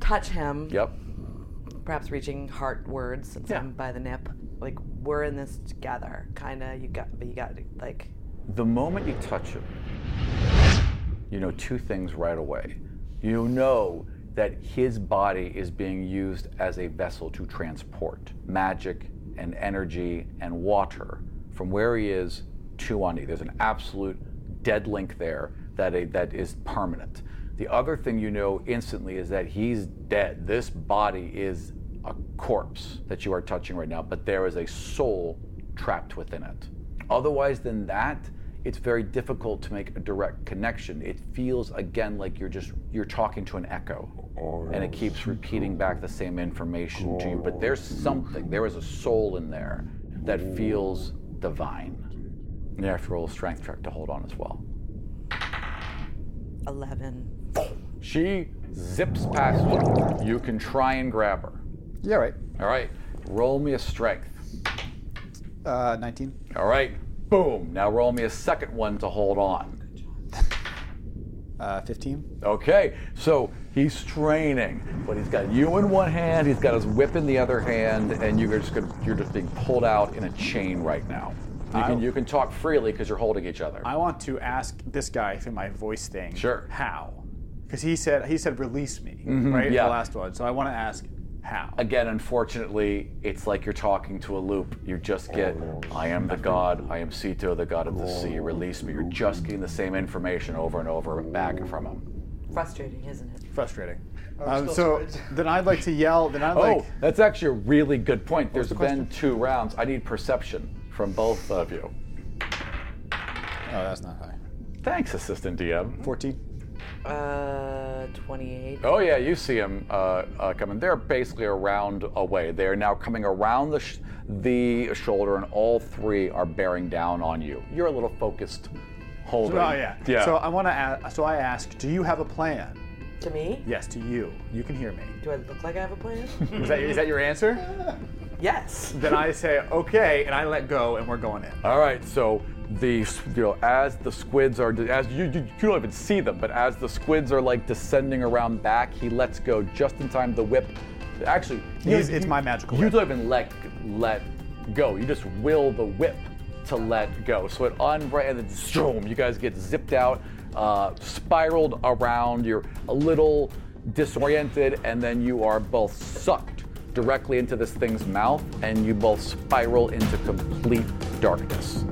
S9: Touch him.
S1: Yep.
S9: perhaps reaching heart words since
S1: Yeah.
S9: I'm by the nip. Like we're in this together, kind of. You got, but you got to like.
S1: The moment you touch him, you know two things right away. You know that his body is being used as a vessel to transport magic and energy and water from where he is to Ani. There's an absolute dead link there that, a, that is permanent. The other thing you know instantly is that he's dead. This body is a corpse that you are touching right now, but there is a soul trapped within it. Otherwise than that, it's very difficult to make a direct connection. It feels again like you're just you're talking to an echo. And it keeps repeating back the same information to you. But there's something, there is a soul in there that feels divine. And you have to roll a strength check to hold on as well.
S9: Eleven.
S1: She zips past you. You can try and grab her.
S7: Yeah, right.
S1: All right. Roll me a strength.
S7: Uh, 19.
S1: All right. Boom. Now roll me a second one to hold on.
S7: Uh, 15.
S1: Okay, so he's straining, but he's got you in one hand, he's got his whip in the other hand, and you're just gonna, you're just being pulled out in a chain right now. You can you can talk freely because you're holding each other.
S7: I want to ask this guy through my voice thing.
S1: Sure. Mm-hmm.
S7: How? Because he said he said release me right
S1: yeah.
S7: the last one. So I want to ask how.
S1: Again, unfortunately, it's like you're talking to a loop. You just get, I am the god, I am Sito, the god of the sea, release me. You're just getting the same information over and over back from him.
S9: Frustrating, isn't it?
S7: Frustrating. Um, so then I'd like to yell. Then I'd
S1: Oh,
S7: like.
S1: that's actually a really good point. There's
S7: the
S1: been two rounds. I need perception from both of you.
S7: Oh, that's not high.
S1: Thanks, Assistant DM.
S7: 14.
S9: Uh, twenty-eight.
S1: Oh yeah, you see them uh, uh, coming. They're basically around away. They are now coming around the sh- the shoulder, and all three are bearing down on you. You're a little focused, holding.
S7: Oh yeah.
S1: yeah.
S7: So I want to ask. So I ask, do you have a plan?
S9: To me?
S7: Yes, to you. You can hear me.
S9: Do I look like I have a plan?
S7: Is that, is that your answer?
S9: yes.
S7: then I say okay, and I let go, and we're going in.
S1: all right. So the s- you know as the squids are as you, you you don't even see them, but as the squids are like descending around back, he lets go just in time. The whip, actually, you-
S7: It's- it's
S1: you-
S7: my magical
S1: You
S7: whip.
S1: don't even let let go. You just will the whip to let go. So it unbra and then zoom, you guys get zipped out. uh, spiraled around, you're a little disoriented, and then you are both sucked directly into this thing's mouth, and you both spiral into complete darkness.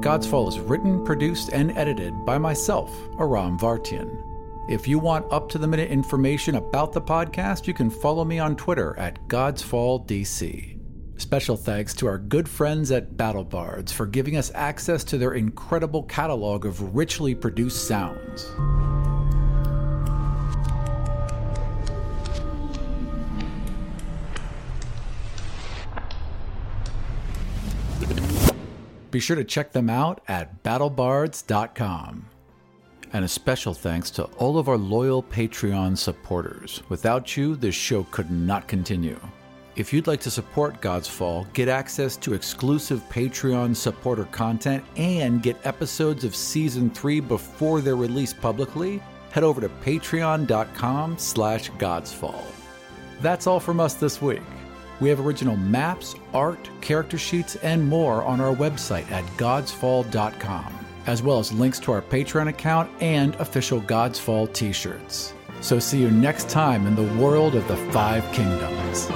S10: God's Fall is written, produced, and edited by myself, Aram Vartian. If you want up to the minute information about the podcast, you can follow me on Twitter at God's Fall DC. Special thanks to our good friends at BattleBards for giving us access to their incredible catalog of richly produced sounds. Be sure to check them out at battlebards.com. And a special thanks to all of our loyal Patreon supporters. Without you, this show could not continue. If you'd like to support God's Fall, get access to exclusive Patreon supporter content and get episodes of season 3 before they're released publicly, head over to patreon.com/godsfall. slash Godsfall. That's all from us this week. We have original maps, art, character sheets, and more on our website at godsfall.com, as well as links to our Patreon account and official Godsfall t shirts. So see you next time in the world of the Five Kingdoms.